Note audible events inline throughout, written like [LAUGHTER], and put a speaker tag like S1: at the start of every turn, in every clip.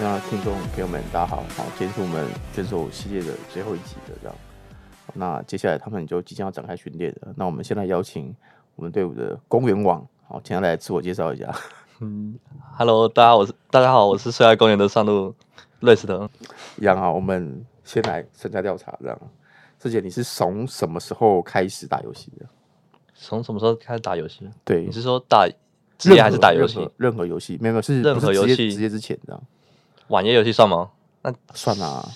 S1: 那听众朋友们，大家好，好，今天是我们选手系列的最后一集的这样。那接下来他们就即将要展开训练了。那我们先来邀请我们队伍的公园网，好，请他来自我介绍一 [LAUGHS] 下。
S2: 嗯，Hello，大家我是大家好，我是睡爱公园的上路瑞斯特。
S1: 一样啊，我们先来身家调查这样。师姐，你是从什么时候开始打游戏的？
S2: 从什么时候开始打游戏？
S1: 对，
S2: 你是说打职业还是打游戏
S1: 任何？任何游戏？没有没有，是
S2: 任何
S1: 不是
S2: 游
S1: 职业
S2: 戏
S1: 职业之前这样。
S2: 网页游戏算吗？那
S1: 算啦、啊，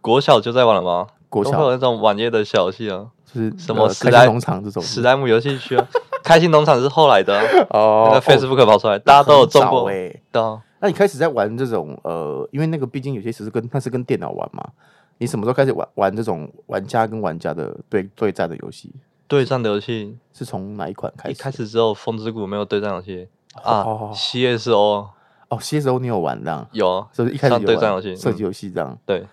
S2: 国小就在玩了吗？
S1: 国小
S2: 都会有那种网页的小游戏啊，
S1: 就是
S2: 什么
S1: 呃
S2: 时
S1: 开
S2: 代
S1: 心农场这种
S2: 史莱姆游戏
S1: [LAUGHS]
S2: 区啊，开心农场是后来的啊、
S1: 哦
S2: 那个 Facebook 跑出来，大家都有中过。
S1: 哎、
S2: 对啊，
S1: 那你开始在玩这种呃，因为那个毕竟有些时是跟那是跟电脑玩嘛。你什么时候开始玩玩这种玩家跟玩家的对对战的游戏？
S2: 对战的游戏
S1: 是从哪一款开
S2: 一
S1: 始？
S2: 开始之后，风之谷没有对战游戏啊
S1: 哦
S2: ，CSO
S1: 哦，CSO 你有玩这样？
S2: 有啊，
S1: 是不是一开始
S2: 像
S1: 有
S2: 对
S1: 玩
S2: 战游戏
S1: 射击
S2: 嗯
S1: 游戏这样？
S2: 对，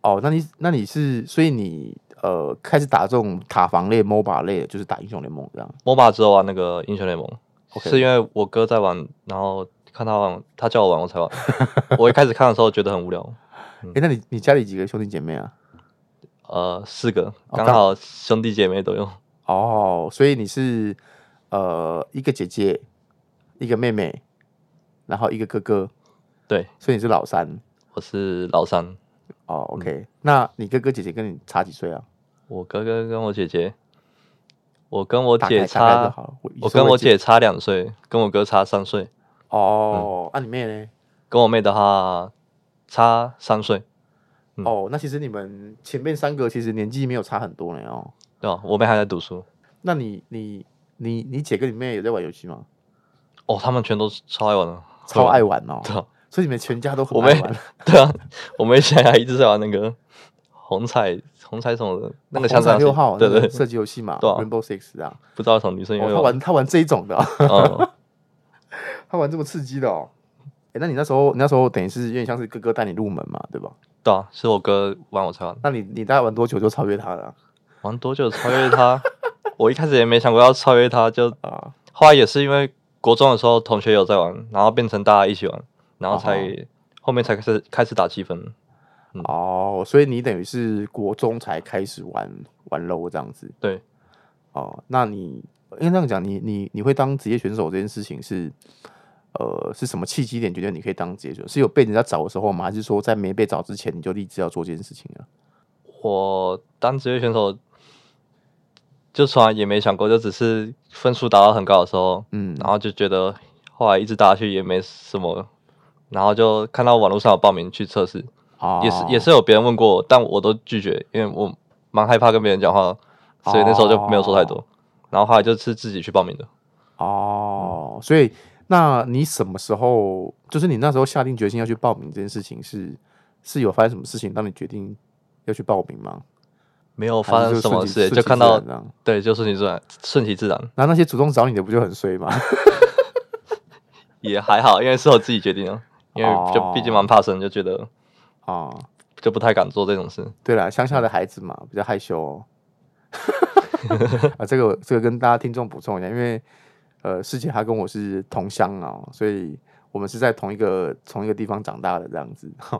S1: 哦，那你那你是所以你呃开始打这种塔防类、MOBA 类的，就是打英雄联盟这样。
S2: MOBA 只有玩那个英雄联盟
S1: OK
S2: 是因为我哥在玩，然后看他玩，他叫我玩我
S1: [LAUGHS]
S2: 才玩。我一开始看的时候觉得很无聊，嗯
S1: 哎、那你你家里几个兄弟姐妹啊？
S2: 呃，四个
S1: 哦
S2: 刚
S1: 刚
S2: 好兄弟姐妹都有，
S1: 哦，所以你是呃一个姐姐，一个妹妹，然后一个哥哥，
S2: 对，
S1: 所以你是老三
S2: 我是老三，
S1: 哦。OK，、那你哥哥姐姐跟你差几岁啊？
S2: 我哥哥跟我姐姐，我跟我
S1: 大概
S2: 姐
S1: 大概就
S2: 差，
S1: 好了。
S2: 我跟我
S1: 你说
S2: 姐差两岁，跟我哥差三岁，
S1: 哦，
S2: 嗯
S1: 那、啊、你妹呢？
S2: 跟我妹的话差三岁，嗯
S1: 哦，那其实你们前面三个其实年纪没有差很多呢哦。
S2: 对吧？我妹还在读书，
S1: 那你你你你姐跟你妹有在玩游戏吗？
S2: [LAUGHS] 哦，他们全都超爱玩的，
S1: 超爱玩哦，
S2: 对啊，
S1: 所以你们全家都很
S2: 我
S1: 爱
S2: 妹
S1: 玩。
S2: 对啊，我们现在一直在玩那个红彩红彩什么的， [LAUGHS] 那个
S1: 红
S2: 枪
S1: 彩
S2: 战
S1: 六号
S2: 对
S1: 那个
S2: 对，
S1: 射击游戏嘛
S2: 对啊
S1: ，Rainbow Six 啊，
S2: 不知道什么女生有
S1: 哦，
S2: 没
S1: 他
S2: 有玩？
S1: 玩他玩这一种的哦、 [LAUGHS]
S2: [LAUGHS] 嗯，
S1: 他玩这么刺激的哦。哎，那你那时候，你那时候等于是有点像是哥哥带你入门嘛，对吧？
S2: 对啊，是我哥玩我才玩，
S1: 那你你大概玩多久就超越他了
S2: 玩多久超越
S1: [LAUGHS]
S2: 他？我一开始也没想过要超越他，就
S1: 啊？
S2: 后来也是因为国中的时候同学有在玩，然后变成大家一起玩，然后才、
S1: 哦
S2: 后面才开始开始打积分。嗯
S1: 哦，所以你等于是国中才开始玩玩 LO 这样子
S2: 对，
S1: 哦。那你应该这样讲，你你你会当职业选手这件事情是呃是什么契机点决定你可以当职业选手？是有被人家找的时候吗？还是说在没被找之前你就立志要做这件事情了？
S2: 我当职业选手就从来也没想过，就只是分数达到很高的时候，
S1: 嗯，
S2: 然后就觉得后来一直打下去也没什么，然后就看到网络上有报名去测试，
S1: 哦
S2: 也是也是有别人问过我，但我都拒绝，因为我蛮害怕跟别人讲话，所以那时候就没有说太多。然后后来就是自己去报名的，
S1: 哦，所以那你什么时候，就是你那时候下定决心要去报名这件事情是，是有发生什么事情让你决定要去报名吗？
S2: 没有发
S1: 还
S2: 生
S1: 是
S2: 什么
S1: 顺其
S2: 事，
S1: 顺
S2: 就
S1: 其
S2: 看
S1: 自
S2: 到
S1: 然这样
S2: 对，就顺其自然，顺其自然
S1: 然后那些主动找你的不就很衰吗？ [LAUGHS]
S2: 也还好，因为是我自己决定的，因
S1: 哦
S2: 为就毕竟蛮怕生，就觉得
S1: 啊、
S2: 就不太敢做这种事。
S1: 对了，乡下的孩子嘛，比较害羞、哦。 [LAUGHS] 啊，这个这个跟大家听众补充一下，因为呃，师姐她跟我是同乡啊、所以我们是在同一个同一个地方长大的这样子。 [LAUGHS]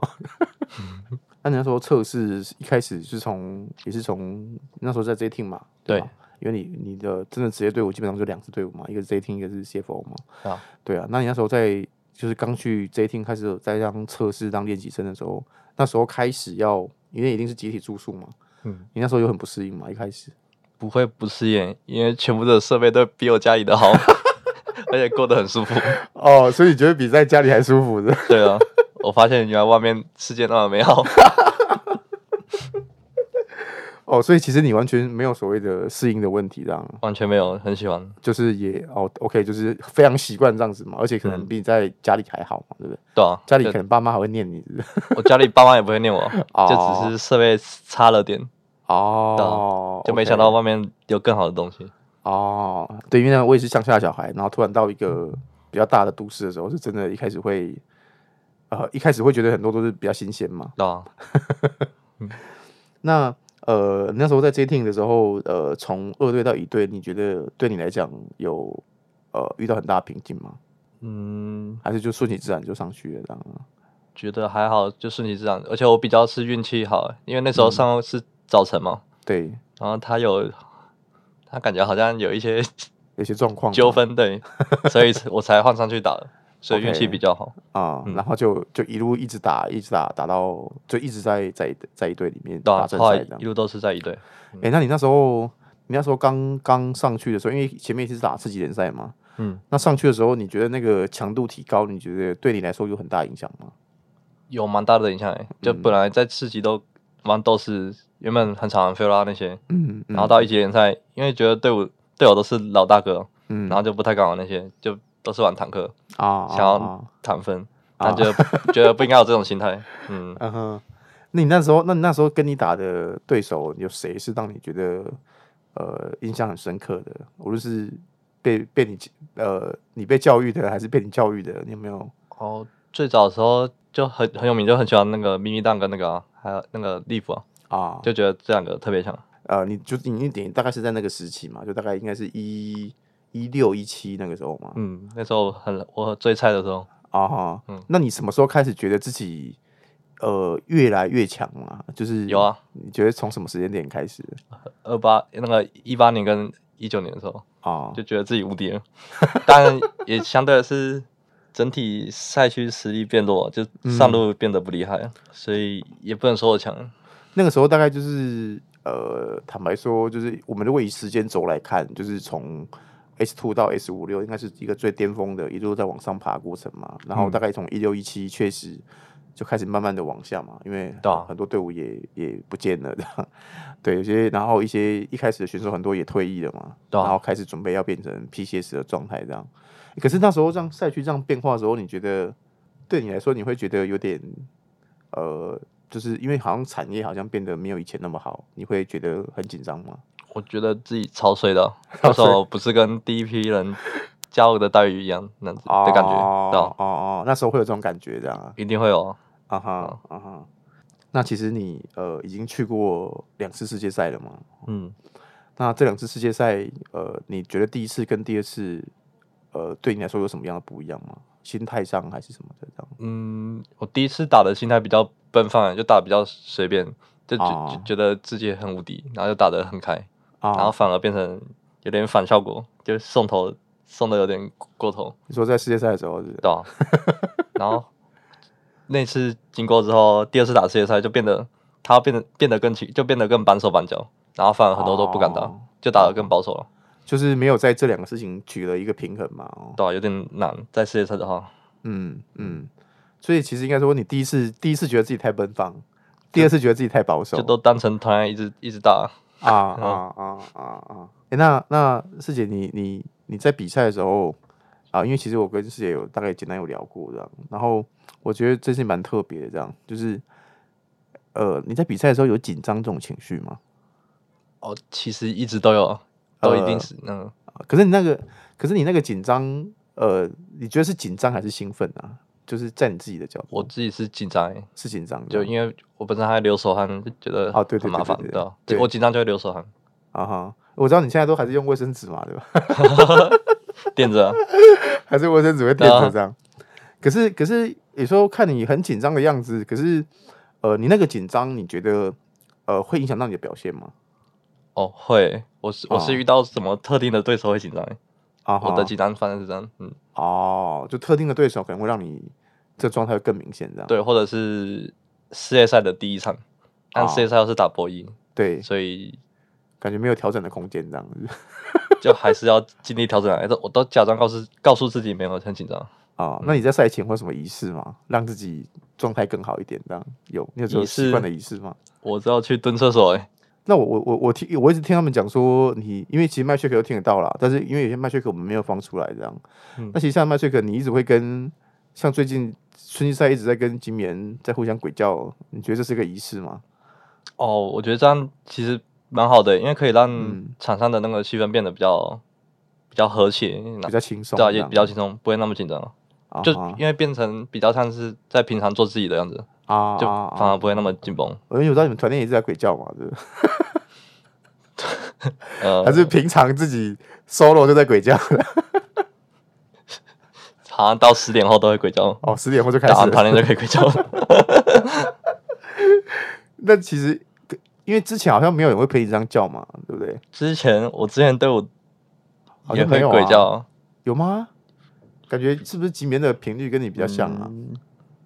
S1: 那你那时候测试一开始是从也是从那时候在 J team 嘛，
S2: 对
S1: 吧因为你你的真的职业队伍基本上就两支队伍嘛，一个是 J team，一个是 CFO 嘛。
S2: 啊，
S1: 对啊，那你那时候在就是刚去 J team 开始有在当测试当练习生的时候，那时候开始要因为一定是集体住宿嘛，
S2: 嗯，
S1: 你那时候有很不适应嘛，一开始。
S2: 不会不适应，因为全部的设备都比我家里的好， [LAUGHS] 而且过得很舒服。
S1: 哦，所以你觉得比在家里还舒服的？ [LAUGHS]
S2: [LAUGHS] 对啊，我发现原来外面世界那么美好。 [LAUGHS]
S1: 哦，所以其实你完全没有所谓的适应的问题，这样
S2: 完全没有，很喜欢。
S1: 就是也哦，OK，就是非常习惯这样子嘛，而且可能
S2: 嗯
S1: 比你在家里还好嘛，对不对？
S2: 对啊，
S1: 家里可
S2: 就
S1: 能爸妈还会念你，是不是？
S2: 我家里爸妈也不会念我，
S1: [LAUGHS] 哦
S2: 就只是设备差了点，
S1: 哦，
S2: 啊就没
S1: OK
S2: 想到外面有更好的东西。
S1: 哦，对，因为我也是乡下的小孩，然后突然到一个比较大的都市的时候，是真的一开始会，呃，一开始会觉得很多都是比较新鲜嘛。
S2: 对啊，
S1: 那呃，那时候在 J team 的时候，呃，从二队到一队，你觉得对你来讲有呃遇到很大的瓶颈吗？
S2: 嗯，
S1: 还是就顺其自然就上去了这样啊？
S2: 觉得还好，就顺其自然。而且我比较是运气好，因为那
S1: 嗯
S2: 时候上是早晨嘛，
S1: 对，
S2: 然后他有他感觉好像有一些
S1: 有些状况
S2: 纠
S1: [LAUGHS]
S2: 纷，对，所以我才换上去打的，所以运气
S1: OK
S2: 比较好。
S1: 啊、
S2: 嗯
S1: 然后就就一路一直打，一直打，打到就一直在在在一队里面
S2: 对
S1: 打
S2: 啊，
S1: 正
S2: 后
S1: 赛
S2: 来
S1: 这样
S2: 一。路都是在一队，
S1: 哎、那你那时候你那时候刚刚上去的时候，因为前面一直打次级联赛嘛，
S2: 嗯，
S1: 那上去的时候，你觉得那个强度提高，你觉得对你来说有很大影响吗？
S2: 有蛮大的影响诶。
S1: 嗯
S2: 就本来在四级都玩斗士，原本很常玩菲拉那些，
S1: 嗯，嗯
S2: 然后到一级联赛，因为觉得队伍队友都是老大哥，
S1: 嗯
S2: 然后就不太敢玩那些，就都是玩坦克
S1: 啊，
S2: 想要
S1: 啊
S2: 坦分，
S1: 啊 [LAUGHS]
S2: 但觉得觉得不应该有这种心态。嗯，
S1: 嗯哼，那你那时候，那你那时候跟你打的对手有谁是让你觉得呃印象很深刻的？无论是被被你呃你被教育的，还是被你教育的，你有没有？
S2: 哦，最早的时候就很很有名，就很喜欢那个咪咪蛋跟那个啊、还有那个利弗啊，
S1: 啊，
S2: 就觉得这两个特别强。
S1: 呃，你就你一点大概是在那个时期嘛，就大概应该是一一六一七那个时候嘛。
S2: 嗯，那时候很我最菜的时候，
S1: 啊哈，
S2: 嗯
S1: 那你什么时候开始觉得自己呃越来越强啊？就是
S2: 有啊，
S1: 你觉得从什么时间点开始
S2: 二八那个一八年跟一九年的时候，
S1: 啊？
S2: 就觉得自己无敌了。 [LAUGHS] 当然也相对的是整体赛区实力变弱，就上路变得不厉害，所以也不能说我强。
S1: 那个时候大概就是呃，坦白说，就是我们如果以时间轴来看，就是从 S two 到 S 五六，应该是一个最巅峰的，一路在往上爬的过程嘛。然
S2: 嗯
S1: 后大概从一六一七确实就开始慢慢的往下嘛，因为
S2: 对啊
S1: 很多队伍也也不见了，这样对，有些然后一些一开始的选手很多也退役了嘛，
S2: 对啊
S1: 然后开始准备要变成 PCS 的状态这样。可是那时候让赛区这样变化的时候，你觉得对你来说，你会觉得有点呃，就是因为好像产业好像变得没有以前那么好，你会觉得很紧张吗？
S2: 我觉得自己 [LAUGHS] 超衰的，哦为什么不是跟第一批人加入的待遇一样那样子的感觉？
S1: 哦
S2: 对啊，
S1: 哦哦，那时候会有这种感觉这样啊
S2: 一定会有啊。
S1: 啊哈啊哈。那其实你呃已经去过两次世界赛了嘛？
S2: 嗯，
S1: 那这两次世界赛，呃，你觉得第一次跟第二次，呃，对你来说有什么样的不一样吗？心态上还是什么的这样？
S2: 嗯，我第一次打的心态比较奔放，就打得比较随便，就觉、
S1: 哦
S2: 就觉得自己很无敌，然后就打得很开，
S1: 啊，
S2: 然后反而变成有点反效果，就送头送的有点过头，
S1: 你说在世界赛的时候是不是
S2: 对吧、 [LAUGHS] 然后那次经过之后，第二次打世界赛就变得他变得变得更起，就变得更板手板脚，然后反而很多都不敢打，
S1: 哦
S2: 就打得更保守了，
S1: 就是没有在这两个事情取得一个平衡嘛？哦，
S2: 对吧、有点难，在世界赛的话，
S1: 嗯嗯，所以其实应该说，你第一次第一次觉得自己太奔放，第二次觉得自己太保守，
S2: 就都当成团员一直一直打。
S1: 啊
S2: [LAUGHS]
S1: 啊啊啊啊！哎、那那师姐你，你你在比赛的时候啊，因为其实我跟师姐有大概简单有聊过这样，然后我觉得这是蛮特别的，这样就是呃，你在比赛的时候有紧张这种情绪吗？
S2: 哦，其实一直都有，都一定
S1: 呃
S2: 是嗯。
S1: 啊可是你那个，可是你那个紧张，呃，你觉得是紧张还是兴奋啊？就是在你自己的角
S2: 我
S1: 度，
S2: 自己是紧张欸，
S1: 是紧张的，
S2: 就因为我本身还流手汗，就觉得
S1: 哦对对
S2: 很麻
S1: 对
S2: 烦
S1: 对对
S2: 的。
S1: 对
S2: 我紧张就会流手汗，
S1: 啊哈。我知道你现在都还是用卫生纸嘛，对吧？
S2: 垫着啊。
S1: 还是卫生纸会垫
S2: 对
S1: 着
S2: 啊
S1: 这样。可是可是有时候看你很紧张的样子，可是呃，你那个紧张，你觉得呃会影响到你的表现吗？
S2: 哦，会，我是我
S1: 哦
S2: 是遇到什么特定的对手会紧张欸，
S1: 啊
S2: 我
S1: 哈
S2: 的紧张反正是这样，嗯，
S1: 哦，就特定的对手可能会让你这状态会更明显，这样
S2: 对，或者是世界赛的第一场，但
S1: 哦
S2: 世界赛又是打博弈，
S1: 对，
S2: 所以
S1: 感觉没有调整的空间这样子 [LAUGHS]
S2: 就还是要尽力调 [LAUGHS] 整来。都我都假装告诉告诉自己没有很紧张，
S1: 啊。那你在赛前会有什么仪式吗？让自己状态更好一点，这样有你有这种
S2: 仪式
S1: 习惯的仪式吗？
S2: 我知道去蹲厕所欸，
S1: 那我我我我听我一直听他们讲说你，因为其实麦穗可都听得到啦，但是因为有些麦穗可我们没有放出来这样。
S2: 嗯
S1: 那其实像麦穗可，你一直会跟像最近春季赛一直在跟金棉在互相鬼叫，你觉得这是个仪式吗？
S2: 哦，我觉得这样其实蛮好的欸，因为可以让
S1: 嗯
S2: 场上的那个气氛变得比较比较和谐，
S1: 比较轻松这
S2: 对啊，
S1: 样，
S2: 也比较轻松，不会那么紧张了。
S1: 啊
S2: 就
S1: 哈
S2: 因为变成比较像是在平常做自己的样子，
S1: 啊
S2: 就
S1: 啊
S2: 反而不会那么紧绷。
S1: 我有知道你们团练也是在鬼叫嘛，是不是
S2: 呃，
S1: 还是平常自己 solo 就在鬼叫？
S2: 好像到十点后都会鬼叫，
S1: [LAUGHS] 哦，十点后就 [LAUGHS] 开
S2: 打
S1: 始
S2: 完
S1: 了。
S2: 啊团练就可以鬼叫了。
S1: 那其实因为之前好像没有人会陪你这样叫嘛，对不对？
S2: 之前我之前队伍
S1: 好
S2: 也
S1: 像没
S2: 会
S1: 有啊
S2: 鬼叫，
S1: 有吗？感觉是不是吉棉的频率跟你比较像啊？
S2: 嗯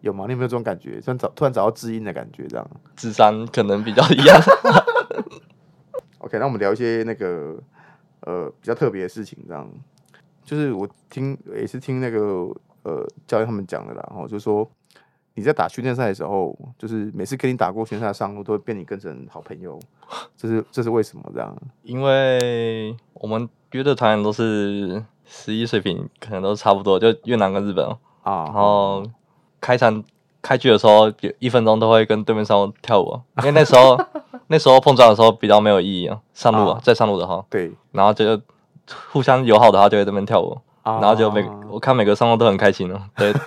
S1: 有吗？你有没有这种感觉？突然找突然找到知音的感觉，这样。
S2: 智商可能比较一样。 [LAUGHS]
S1: OK，那我们聊一些那个呃比较特别的事情，这样就是我听也是听那个呃教练他们讲的啦，然哦后就说你在打训练赛的时候，就是每次跟你打过训练赛的上路，都会变你跟成好朋友，这是这是为什么这样？
S2: 因为我们约的团员都是十一水平，可能都差不多，就越南跟日本哦。
S1: 啊，
S2: 然后开场开局的时候，有一分钟都会跟对面上路跳舞哦，因为那
S1: [LAUGHS]
S2: 时候那时候碰撞的时候比较没有意义啊，上路啊
S1: 啊，
S2: 在上路的话，
S1: 对，
S2: 然后就互相友好的话就会在那边跳舞，然后就每
S1: 啊
S2: 我看每个上路都很开心哦，对，都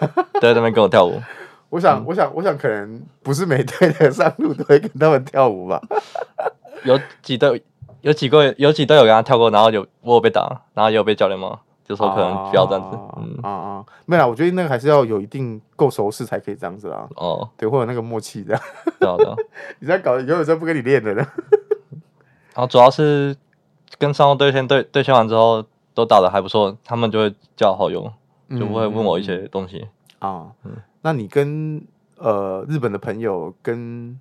S2: 在那边跟我跳舞。
S1: 我想我想我想可能不是每队的上路都会跟他们跳舞吧？
S2: 有几队有几个有几队有跟他跳过，然后有我有被打，然后也有被教练骂，就说可能不要这样子，
S1: 啊
S2: 嗯，
S1: 啊啊，没有啦，我觉得那个还是要有一定够熟识才可以这样子啦， [LAUGHS]
S2: 哦，
S1: 对，会有那个默契的。 [LAUGHS]
S2: 对啊对啊，
S1: 你这样搞，永远都不跟你练的了。
S2: 然后主要是跟上路对线对对线完之后都打的还不错，他们就会叫好友， [LAUGHS] 就不会问我一些东西。
S1: 嗯啊、
S2: 嗯
S1: 那你跟呃日本的朋友跟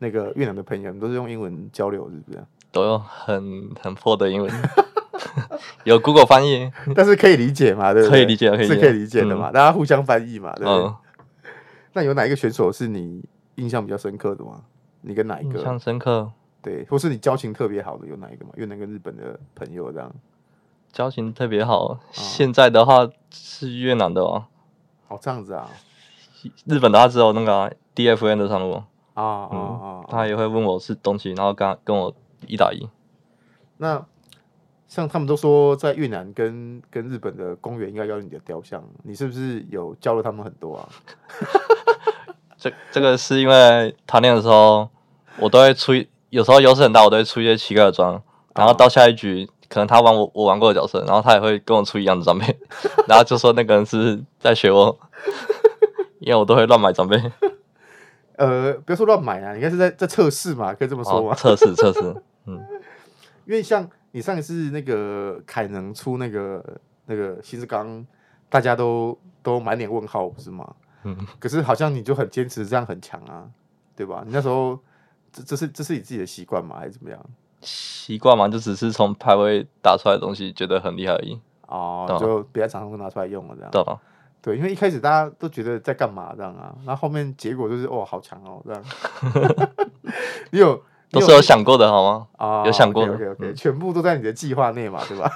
S1: 那个越南的朋友，你都是用英文交流是不 [LAUGHS] 是？
S2: 都用很很破的英文， [LAUGHS] 有 Google 翻译，
S1: 但是可以理解嘛，对不对？
S2: 可以理解可以理解
S1: 是可以理解的嘛，大家互相翻译嘛，对不对？
S2: 嗯，
S1: 那有哪一个选手是你印象比较深刻的吗？你跟哪一
S2: 印
S1: 个
S2: 象？深刻，
S1: 对，或是你交情特别好的有哪一个吗？越南跟日本的朋友这样？
S2: 交情特别
S1: 啊
S2: 好。现在的话是越南的哦，
S1: 哦，这样子啊，
S2: 日本的话只有那个啊 DFN 的上路哦，
S1: 啊啊
S2: 嗯
S1: 啊！
S2: 他也会问我是东西，然后跟他跟我一打一。
S1: 那像他们都说在越南跟跟日本的公园应该要有你的雕像，你是不是有教了他们很多啊？
S2: 这这个是因为谈恋爱的时候，我都会出一，有时候优势很大，我都会出一些奇怪的装，然后到下一局，可能他玩我我玩过的角色，然后他也会跟我出一样的装备， [LAUGHS] 然后就说那个人是在学我，因为我都会乱买装备，
S1: 呃，不要说乱买啊，应该是在在测试嘛，可以这么说
S2: 哦，
S1: 嘛。
S2: 测试测试，嗯，
S1: 因为像你上一次那个凯能出那个那个新之刚，大家都都满脸问号，不是吗？
S2: 嗯，
S1: 可是好像你就很坚持，这样很强啊，对吧？你那时候这这是这是你自己的习惯吗，还是怎么样？
S2: 习惯嘛，就只是从排位打出来的东西觉得很厉害而已，
S1: 哦，
S2: 对啊
S1: 就别在场上都拿出来用了，这样
S2: 对吧？
S1: 对，因为一开始大家都觉得在干嘛这样啊，然后后面结果就是哦，好强哦这样。 [LAUGHS] 你有
S2: 都是有想过的好吗？
S1: 啊，
S2: 有想过的
S1: OK OK，
S2: 嗯
S1: 全部都在你的计划内嘛，对吧？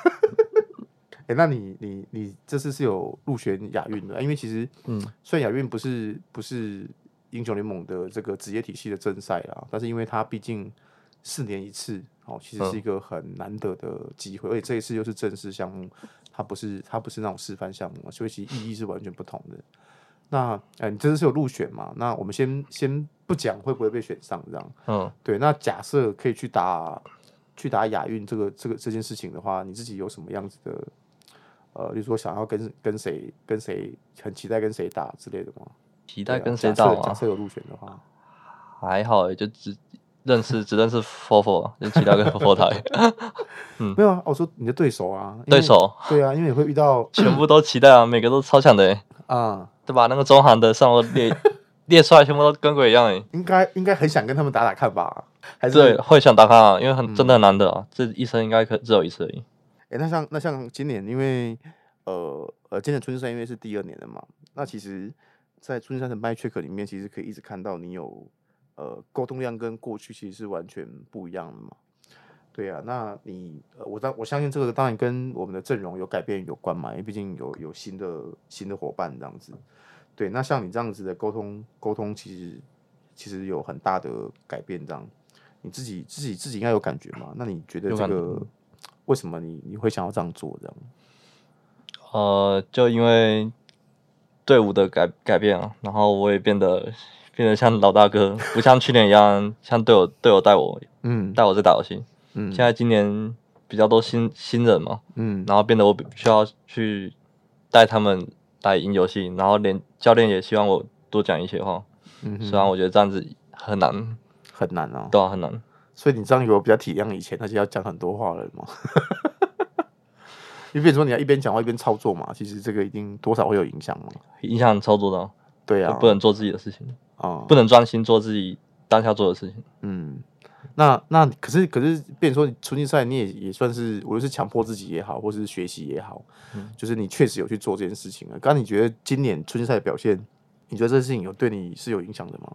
S1: [LAUGHS] 哎、那你你你这次是有入选亚运的，因为其实
S2: 嗯，
S1: 虽然亚运不是不是英雄联盟的这个职业体系的正赛啦，但是因为它毕竟四年一次，哦，其实
S2: 嗯
S1: 是一个很难得的机会，而且这一次又是正式项目，它不是它不是那种示范项目嘛，所以其实意义是完全不同的。那哎、你这次是有入选嘛？那我们先先不讲会不会被选上这样，
S2: 嗯，
S1: 对，那假设可以去打去打亚运这个这个这件事情的话，你自己有什么样子的呃，例如说想要跟跟谁跟谁很期待跟谁打之类的吗？
S2: 期
S1: 期
S2: 待跟谁
S1: 假
S2: 打嗯
S1: 设假
S2: 嘛？
S1: 设有入选的话，
S2: 还好欸，就只认识只认识 Fofo，就 [LAUGHS] 期待跟 Fofo 打而已。
S1: 没有啊，我说你的对手啊，因
S2: 对
S1: 为
S2: 手
S1: 对啊，因为你会遇到
S2: 全部都期待啊，每个都超强的、欸，
S1: 啊、
S2: 对吧？那个中韩的上路列列出来，全部都跟鬼一样、欸，
S1: 应该应该很想跟他们打打看吧？还是嗯
S2: 对，会想打卡、啊，因为很真的很难得啊，这一生应该可只有一次而已。
S1: 哎、那像那像今年，因为呃呃，今年春山因为是第二年了嘛，那其实，在春山的 My Check 里面，其实可以一直看到你有呃沟通量跟过去其实是完全不一样的嘛。对啊，那你、呃、我当我相信这个当然跟我们的阵容有改变有关嘛，因为毕竟有有新的新的伙伴这样子。对，那像你这样子的沟通沟通，其实其实有很大的改变，这样你自己自己自己应该有感觉嘛？那你觉得
S2: 有
S1: 这
S2: 感
S1: 个为什么你你会想要这样做？这样
S2: 呃，就因为队伍的改改变啊，然后我也变得变得像老大哥，不像去年一样，像队友队友带我
S1: 嗯
S2: 带我在打游戏。
S1: 嗯
S2: 现在今年比较多新新人嘛，
S1: 嗯
S2: 然后变得我比需要去带他们来赢游戏，然后连教练也希望我多讲一些话，
S1: 嗯哼，
S2: 虽然我觉得这样子很难，
S1: 很难哦。
S2: 对啊，很难。
S1: 所以你这样有比较体谅以前那些要讲很多话的人吗？ [LAUGHS] 因为变成说你要一边讲话一边操作嘛，其实这个一定多少会有影响嘛。
S2: 影响操作到，
S1: 对
S2: 就
S1: 啊，
S2: 呃不能做自己的事情，
S1: 啊，
S2: 不能专心做自己当下做的事情。
S1: 嗯，那那可是可是，变成说你春季赛你也也算是，无论是强迫自己也好，或是学习也好，
S2: 嗯
S1: 就是你确实有去做这件事情了。啊刚刚你觉得今年春季赛的表现，你觉得这件事情有对你是有影响的吗？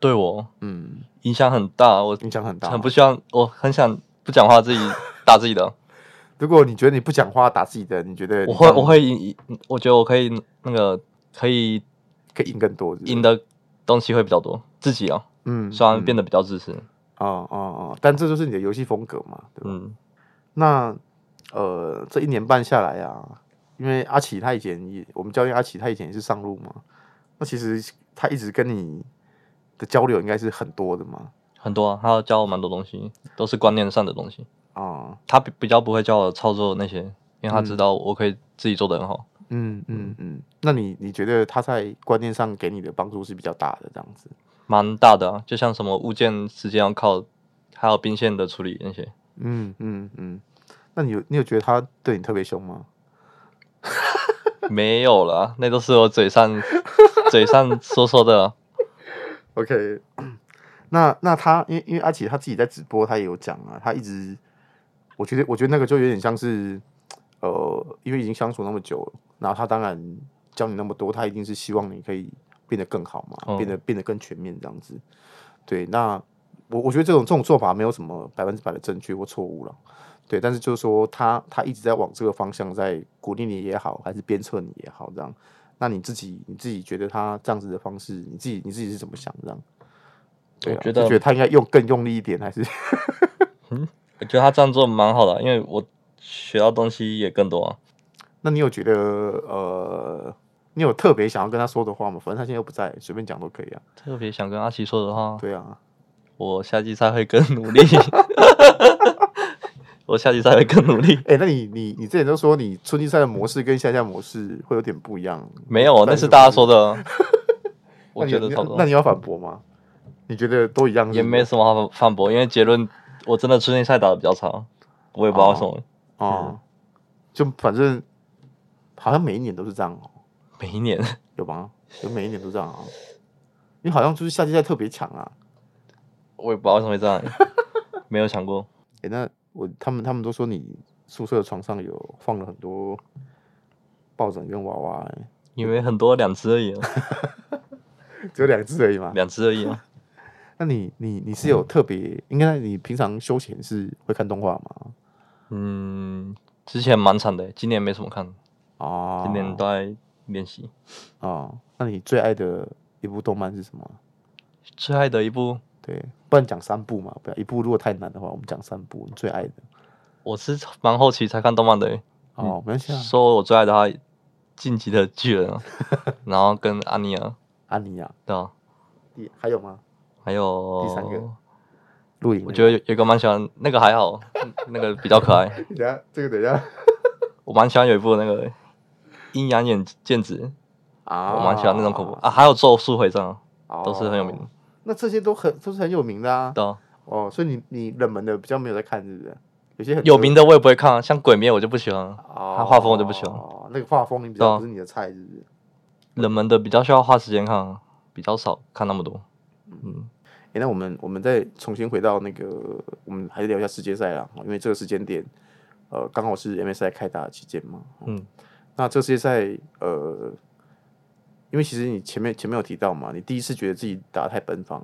S2: 对我
S1: 嗯，
S2: 影响很大，我
S1: 影响很大。
S2: 很不希望，我很想不讲话自己打自
S1: [LAUGHS]
S2: 己的，
S1: 如果你觉得你不讲话打自己的，你觉得你
S2: 我会
S1: 这样
S2: 我会赢，我觉得我可以那个可以
S1: 可以赢更多是不是
S2: 赢，的东西会比较多，自己哦，
S1: 嗯，
S2: 虽然变
S1: 得，
S2: 得比较自私，
S1: 哦哦哦，但这就是你的游戏风格嘛，对吧？
S2: 嗯，
S1: 那呃，这一年半下来啊，因为阿奇他以前也，我们教练阿奇他以前也是上路嘛，那其实他一直跟你的交流应该是很多的嘛，
S2: 很多、啊，他要教我蛮多东西，都是观念上的东西。
S1: 啊、
S2: 他比比较不会教我操作那些，因为他
S1: 嗯
S2: 知道我可以自己做的很好。
S1: 嗯嗯嗯，那你你觉得他在观念上给你的帮助是比较大的这样子？
S2: 蛮大的、啊，就像什么物件之间要靠，还有兵线的处理那些，
S1: 嗯嗯嗯，那你有你有觉得他对你特别凶吗？
S2: 没有啦， [LAUGHS] 那都是我嘴
S1: [LAUGHS]
S2: 上嘴上说说的啊。
S1: OK，那那他因为因为阿奇他自己在直播，他也有讲啊，他一直，我觉得我觉得那个就有点像是，呃，因为已经相处那么久了，然后他当然教你那么多，他一定是希望你可以变得更好嘛，
S2: 哦
S1: 变得变得更全面这样子。对，那我我觉得这种这种做法没有什么百分之百的正确或错误了。对，但是就是说他他一直在往这个方向在鼓励你也好，还是鞭策你也好，这样。那你自己你自己觉得他这样子的方式，你自己你自己是怎么想这样？对啊
S2: 我觉
S1: 就
S2: 得
S1: 觉得他应该用更用力一点，还是 [LAUGHS]
S2: 我觉得他这样做蛮好的啊，因为我学到东西也更多啊。
S1: 那你有觉得呃，你有特别想要跟他说的话吗？反正他现在又不在，随便讲都可以啊。
S2: 特别想跟阿奇说的话，
S1: 对啊，
S2: 我夏季赛会更
S1: [LAUGHS]
S2: 努力。我夏季赛会更努力。
S1: 哎、那你你你之前都说你春季赛的模式跟夏季赛模式会有点不一样，
S2: 没有，
S1: 但
S2: 那
S1: 是
S2: 是大家
S1: [LAUGHS]
S2: 说的啊。我
S1: 那你
S2: 觉得
S1: 你
S2: 差不多
S1: 那你要反驳吗？你觉得都一样是
S2: 也
S1: 不
S2: 没
S1: 是
S2: 什么好反驳，因为结论我真的春季赛打的比较差，我也不知道为什么。
S1: 哦，就反正好像每一年都是这样哦，
S2: [LAUGHS] 每一年
S1: 有吗？有每一年都这样啊？你好像就是夏季赛特别强啊。
S2: 我也不知道为什么会这样， [LAUGHS] 没有想过。
S1: 哎、那我他们他们都说你宿舍的床上有放了很多抱枕跟娃娃、欸，
S2: 因为很多两只而已啊，
S1: 只有两只而已嘛。
S2: 两只而已啊。
S1: 那你你你是有特别，应该你平常休闲是会看动画吗？
S2: 嗯，之前蛮惨的，今年没什么看，
S1: 哦，
S2: 今年都在练习。
S1: 哦，那你最爱的一部动漫是什么？
S2: 最爱的一部，
S1: 对，不然讲三部嘛，不然一部如果太难的话，我们讲三部你最爱的。
S2: 我是蛮后期才看动漫的，嗯
S1: 哦，没关系啊，
S2: 说我最爱的话，《晋级的巨
S1: [LAUGHS]
S2: 人》啊，然后跟安妮尔，
S1: 安妮亚，
S2: 对啊，
S1: 第还有吗？
S2: 还有
S1: 第三个露营，
S2: 我觉得有有一个蛮喜欢，那个还好，那个比较可爱。
S1: 得等一下这个等一下
S2: 我蛮喜欢有一部那个《阴阳眼剑指》，
S1: 啊
S2: 我蛮喜欢那种恐怖啊，还有《咒术回战》啊，
S1: 哦
S2: 都是很有名的。
S1: 那这些都很都是很有名的啊。
S2: 对啊，
S1: 哦，所以你你冷门的比较没有在看，是不是？有些很
S2: 有名的我也不会看啊，像《鬼灭》我就不喜欢啊，
S1: 哦，
S2: 他画风我就不喜欢
S1: 哦，那个画风你比较
S2: 对啊
S1: 不是你的菜，是不是？
S2: 冷门的比较需要花时间看啊，比较少看那么多。嗯，
S1: 诶，那我们我们再重新回到那个，我们还是聊一下世界赛啦，哦因为这个时间点，呃，刚好是 MSI 开打期间嘛。哦
S2: 嗯，
S1: 那这个世界赛，呃，因为其实你前面前面有提到嘛，你第一次觉得自己打得太奔放，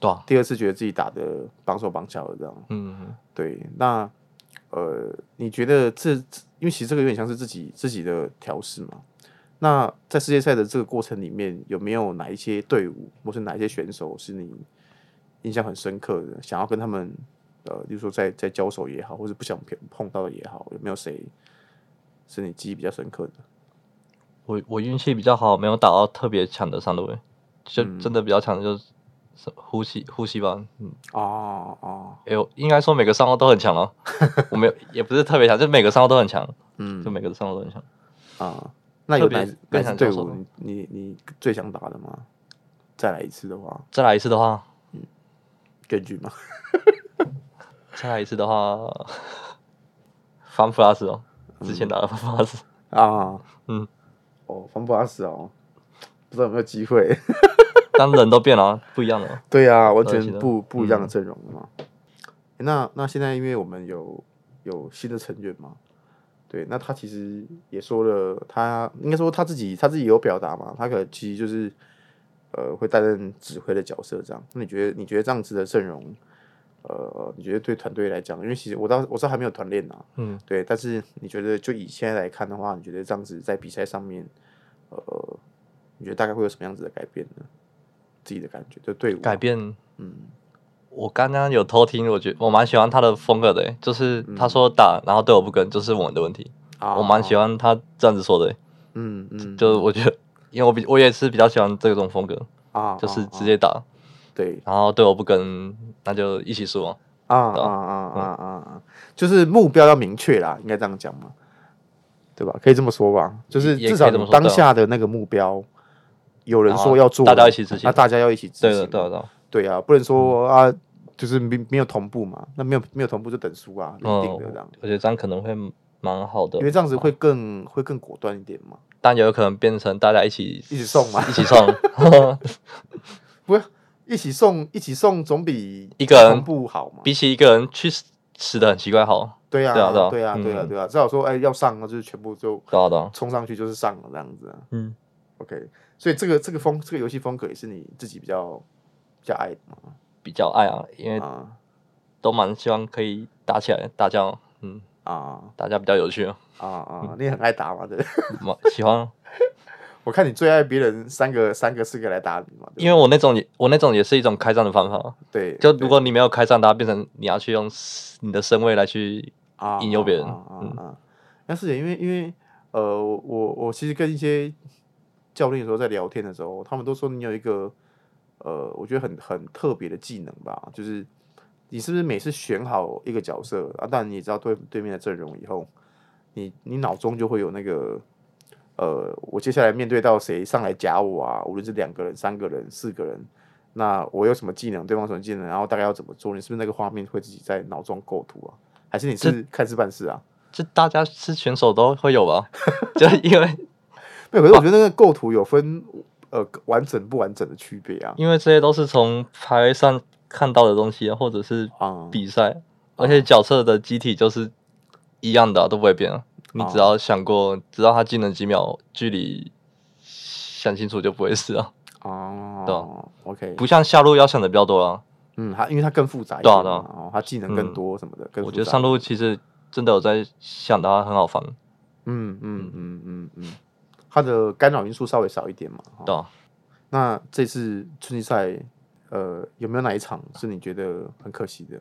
S2: 对啊，
S1: 第二次觉得自己打的绑手绑脚的这样。
S2: 嗯，
S1: 对，那呃，你觉得这因为其实这个有点像是自己自己的调试嘛。那在世界赛的这个过程里面，有没有哪一些队伍或是哪一些选手是你印象很深刻的？想要跟他们呃，例如说在在交手也好，或是不想碰碰到的也好，有没有谁是你记忆比较深刻的？
S2: 我我运气比较好，没有打到特别强的上位，就
S1: 嗯
S2: 真的比较强的就是什么呼吸呼吸吧。嗯，
S1: 哦哦，
S2: 哎呦，应该说每个上位都很强 [LAUGHS] 哦，我没有也不是特别强，就每个上位都很强，
S1: 嗯
S2: 就每个上位都很强。
S1: 啊、那有
S2: 特别
S1: 哪
S2: 更
S1: 哪
S2: 想
S1: 支
S2: 讲
S1: 队
S2: 什
S1: 伍
S2: 么
S1: 你你你最想打的吗？再来一次的话，
S2: 再来一次的话，
S1: 根据吗？ [LAUGHS]
S2: 再来一次的话，Fun Plus 哦，
S1: 嗯
S2: 之前打的 Fun Plus，
S1: 啊，
S2: 嗯，
S1: 哦，防不阿死哦，不知道有没有机会。
S2: 当人都变了，不一样了。
S1: 对啊，完全
S2: 其他
S1: 不不一样的
S2: 嗯
S1: 阵容了嘛。诶那那现在因为我们有有新的成员嘛，对，那他其实也说了，他应该说他自己他自己有表达嘛，他可能其实就是呃会担任指挥的角色这样。那你觉得你觉得这样子的阵容，呃，你觉得对团队来讲，因为其实我当我是还没有团练呐，
S2: 嗯，
S1: 对，但是你觉得就以现在来看的话，你觉得这样子在比赛上面，呃，你觉得大概会有什么样子的改变呢？自己的感觉，就队伍啊
S2: 改，变。
S1: 嗯
S2: 我刚刚有偷听，我觉我蛮喜欢他的风格的欸，就是
S1: 嗯
S2: 他说打，然后队友不跟，就是我们的问题。
S1: 啊
S2: 我蛮喜，欢他这样子说的欸，
S1: 嗯嗯，
S2: 就是我觉得，因为我比我也是比较喜欢这种风格，
S1: 啊，
S2: 就是
S1: 啊
S2: 直
S1: 啊
S2: 接打，
S1: 对
S2: 然后队友不跟，那就一起输哦。
S1: 啊啊啊啊啊啊，就是目标要明确啦，应该这样讲嘛，对吧？可以这么说吧，就是
S2: 也
S1: 至
S2: 也
S1: 少
S2: 可以这么
S1: 你
S2: 说
S1: 当
S2: 对啊
S1: 下的那个目标，有人
S2: 然后
S1: 说要做了，
S2: 大家一起执行
S1: 那大家要一起执
S2: 对
S1: 行
S2: 的，
S1: 嘛，
S2: 对的，对
S1: 对
S2: 的
S1: 啊，不能说啊，就是没没有同步嘛，那没有没有同步就等输啊，这
S2: 嗯，
S1: 一定的这样，
S2: 我觉得这样可能会蛮好的
S1: 因，为这样子会更会更果断一点嘛。
S2: 但也有可能变成大家一起
S1: 一起送嘛
S2: [LAUGHS] 一起送，
S1: 不，一起送一起送总比
S2: 一个人
S1: 同步好嘛。
S2: 比起一个人去死死的很奇怪好，
S1: 对啊，
S2: 对啊对啊
S1: 对啊，
S2: 嗯
S1: 对啊，对啊，至少说哎要上，那就是全部就
S2: 对啊对啊，
S1: 冲上去就是上了这样子啊。
S2: 嗯，
S1: OK，所以这个这个风这个游戏风格也是你自己比较比较爱的嘛
S2: 比较爱啊，因为
S1: 啊
S2: 都蛮希望可以打起来，打架，嗯，
S1: 啊
S2: 打架比较有趣，
S1: 啊
S2: 嗯
S1: 啊！你也很爱打嘛，对不 [LAUGHS] 对？
S2: 蛮喜欢，
S1: 我看你最爱别人三个三个四个来打你嘛，对
S2: 因为我那种也我那种也是一种开战的方法，
S1: 不对，
S2: 就
S1: 对
S2: 如果你没有开战，它变成你要去用你的身位来去，
S1: 啊
S2: 引诱别人
S1: 啊啊啊啊！但是也因为因为呃，我我我其实跟一些教练有时候在聊天的时候，他们都说你有一个呃，我觉得很很特别的技能吧，就是你是不是每次选好一个角色啊？当然你也知道对对面的阵容以后，你你脑中就会有那个。呃，我接下来面对到谁上来夹我啊？无论是两个人、三个人、四个人，那我有什么技能，对方有什么技能，然后大概要怎么做？你是不是那个画面会自己在脑中构图啊？还是你是看事办事啊？
S2: 这大家是选手都会有
S1: [LAUGHS]
S2: 吧，就因为
S1: 没有，可是我觉得那个构图有分呃完整不完整的区别啊。
S2: 因为这些都是从排位上看到的东西啊，或者是
S1: 啊、
S2: 比赛，而且角色的机体就是一样的啊、都不会变
S1: 哦
S2: 啊。你只要想过，知道他技能几秒距离，想清楚就不会死啊。
S1: 哦，OK，
S2: 不像下路要想的比较多啊。
S1: 嗯，它因为它更复杂一
S2: 对啊
S1: 点嘛，哦，它技能更
S2: 嗯
S1: 多什么的，更
S2: 我
S1: 复
S2: 觉得
S1: 杂
S2: 上路其实真的有在想的话，很好防，
S1: 嗯嗯嗯嗯嗯，它的干扰因素稍微少一点嘛。哦
S2: 对啊、
S1: 那这次春季赛，呃，有没有哪一场是你觉得很可惜的？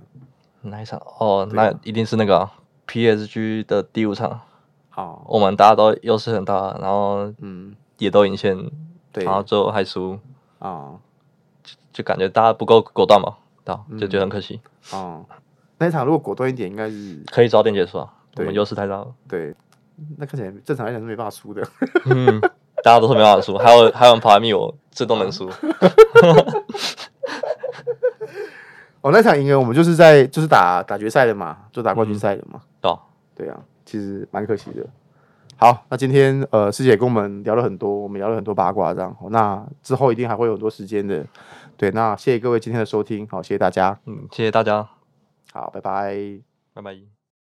S2: 那一场哦，
S1: 对
S2: 那
S1: 啊
S2: 一定是那个啊、PSG 的第五场，
S1: 好，
S2: 我们大家都优势很大，啊然后
S1: 哦嗯，
S2: 也都赢线，
S1: 对哦
S2: 然后
S1: 啊、
S2: 最后还输，就感觉大家不够果断嘛，对、啊，就觉得很可惜。
S1: 哦，那一场如果果断一点，应该是
S2: 可以早点结束啊，我
S1: 对
S2: 们优势太大了。
S1: 对，那看起来正常来讲是没办法输的。
S2: 嗯，大家都是没办法输，还有还有人跑来密我，这都能输。
S1: 哦，那场赢了，我们就是在就是打打决赛的嘛，就打冠军赛的嘛。
S2: 对啊，
S1: 对啊，其实蛮可惜的。好，那今天呃，师姐跟我们聊了很多，我们聊了很多八卦，这样。哦那之后一定还会有很多时间的。对，那谢谢各位今天的收听，好，谢谢大家，
S2: 嗯，谢谢大家，
S1: 好，拜拜。
S2: 拜拜。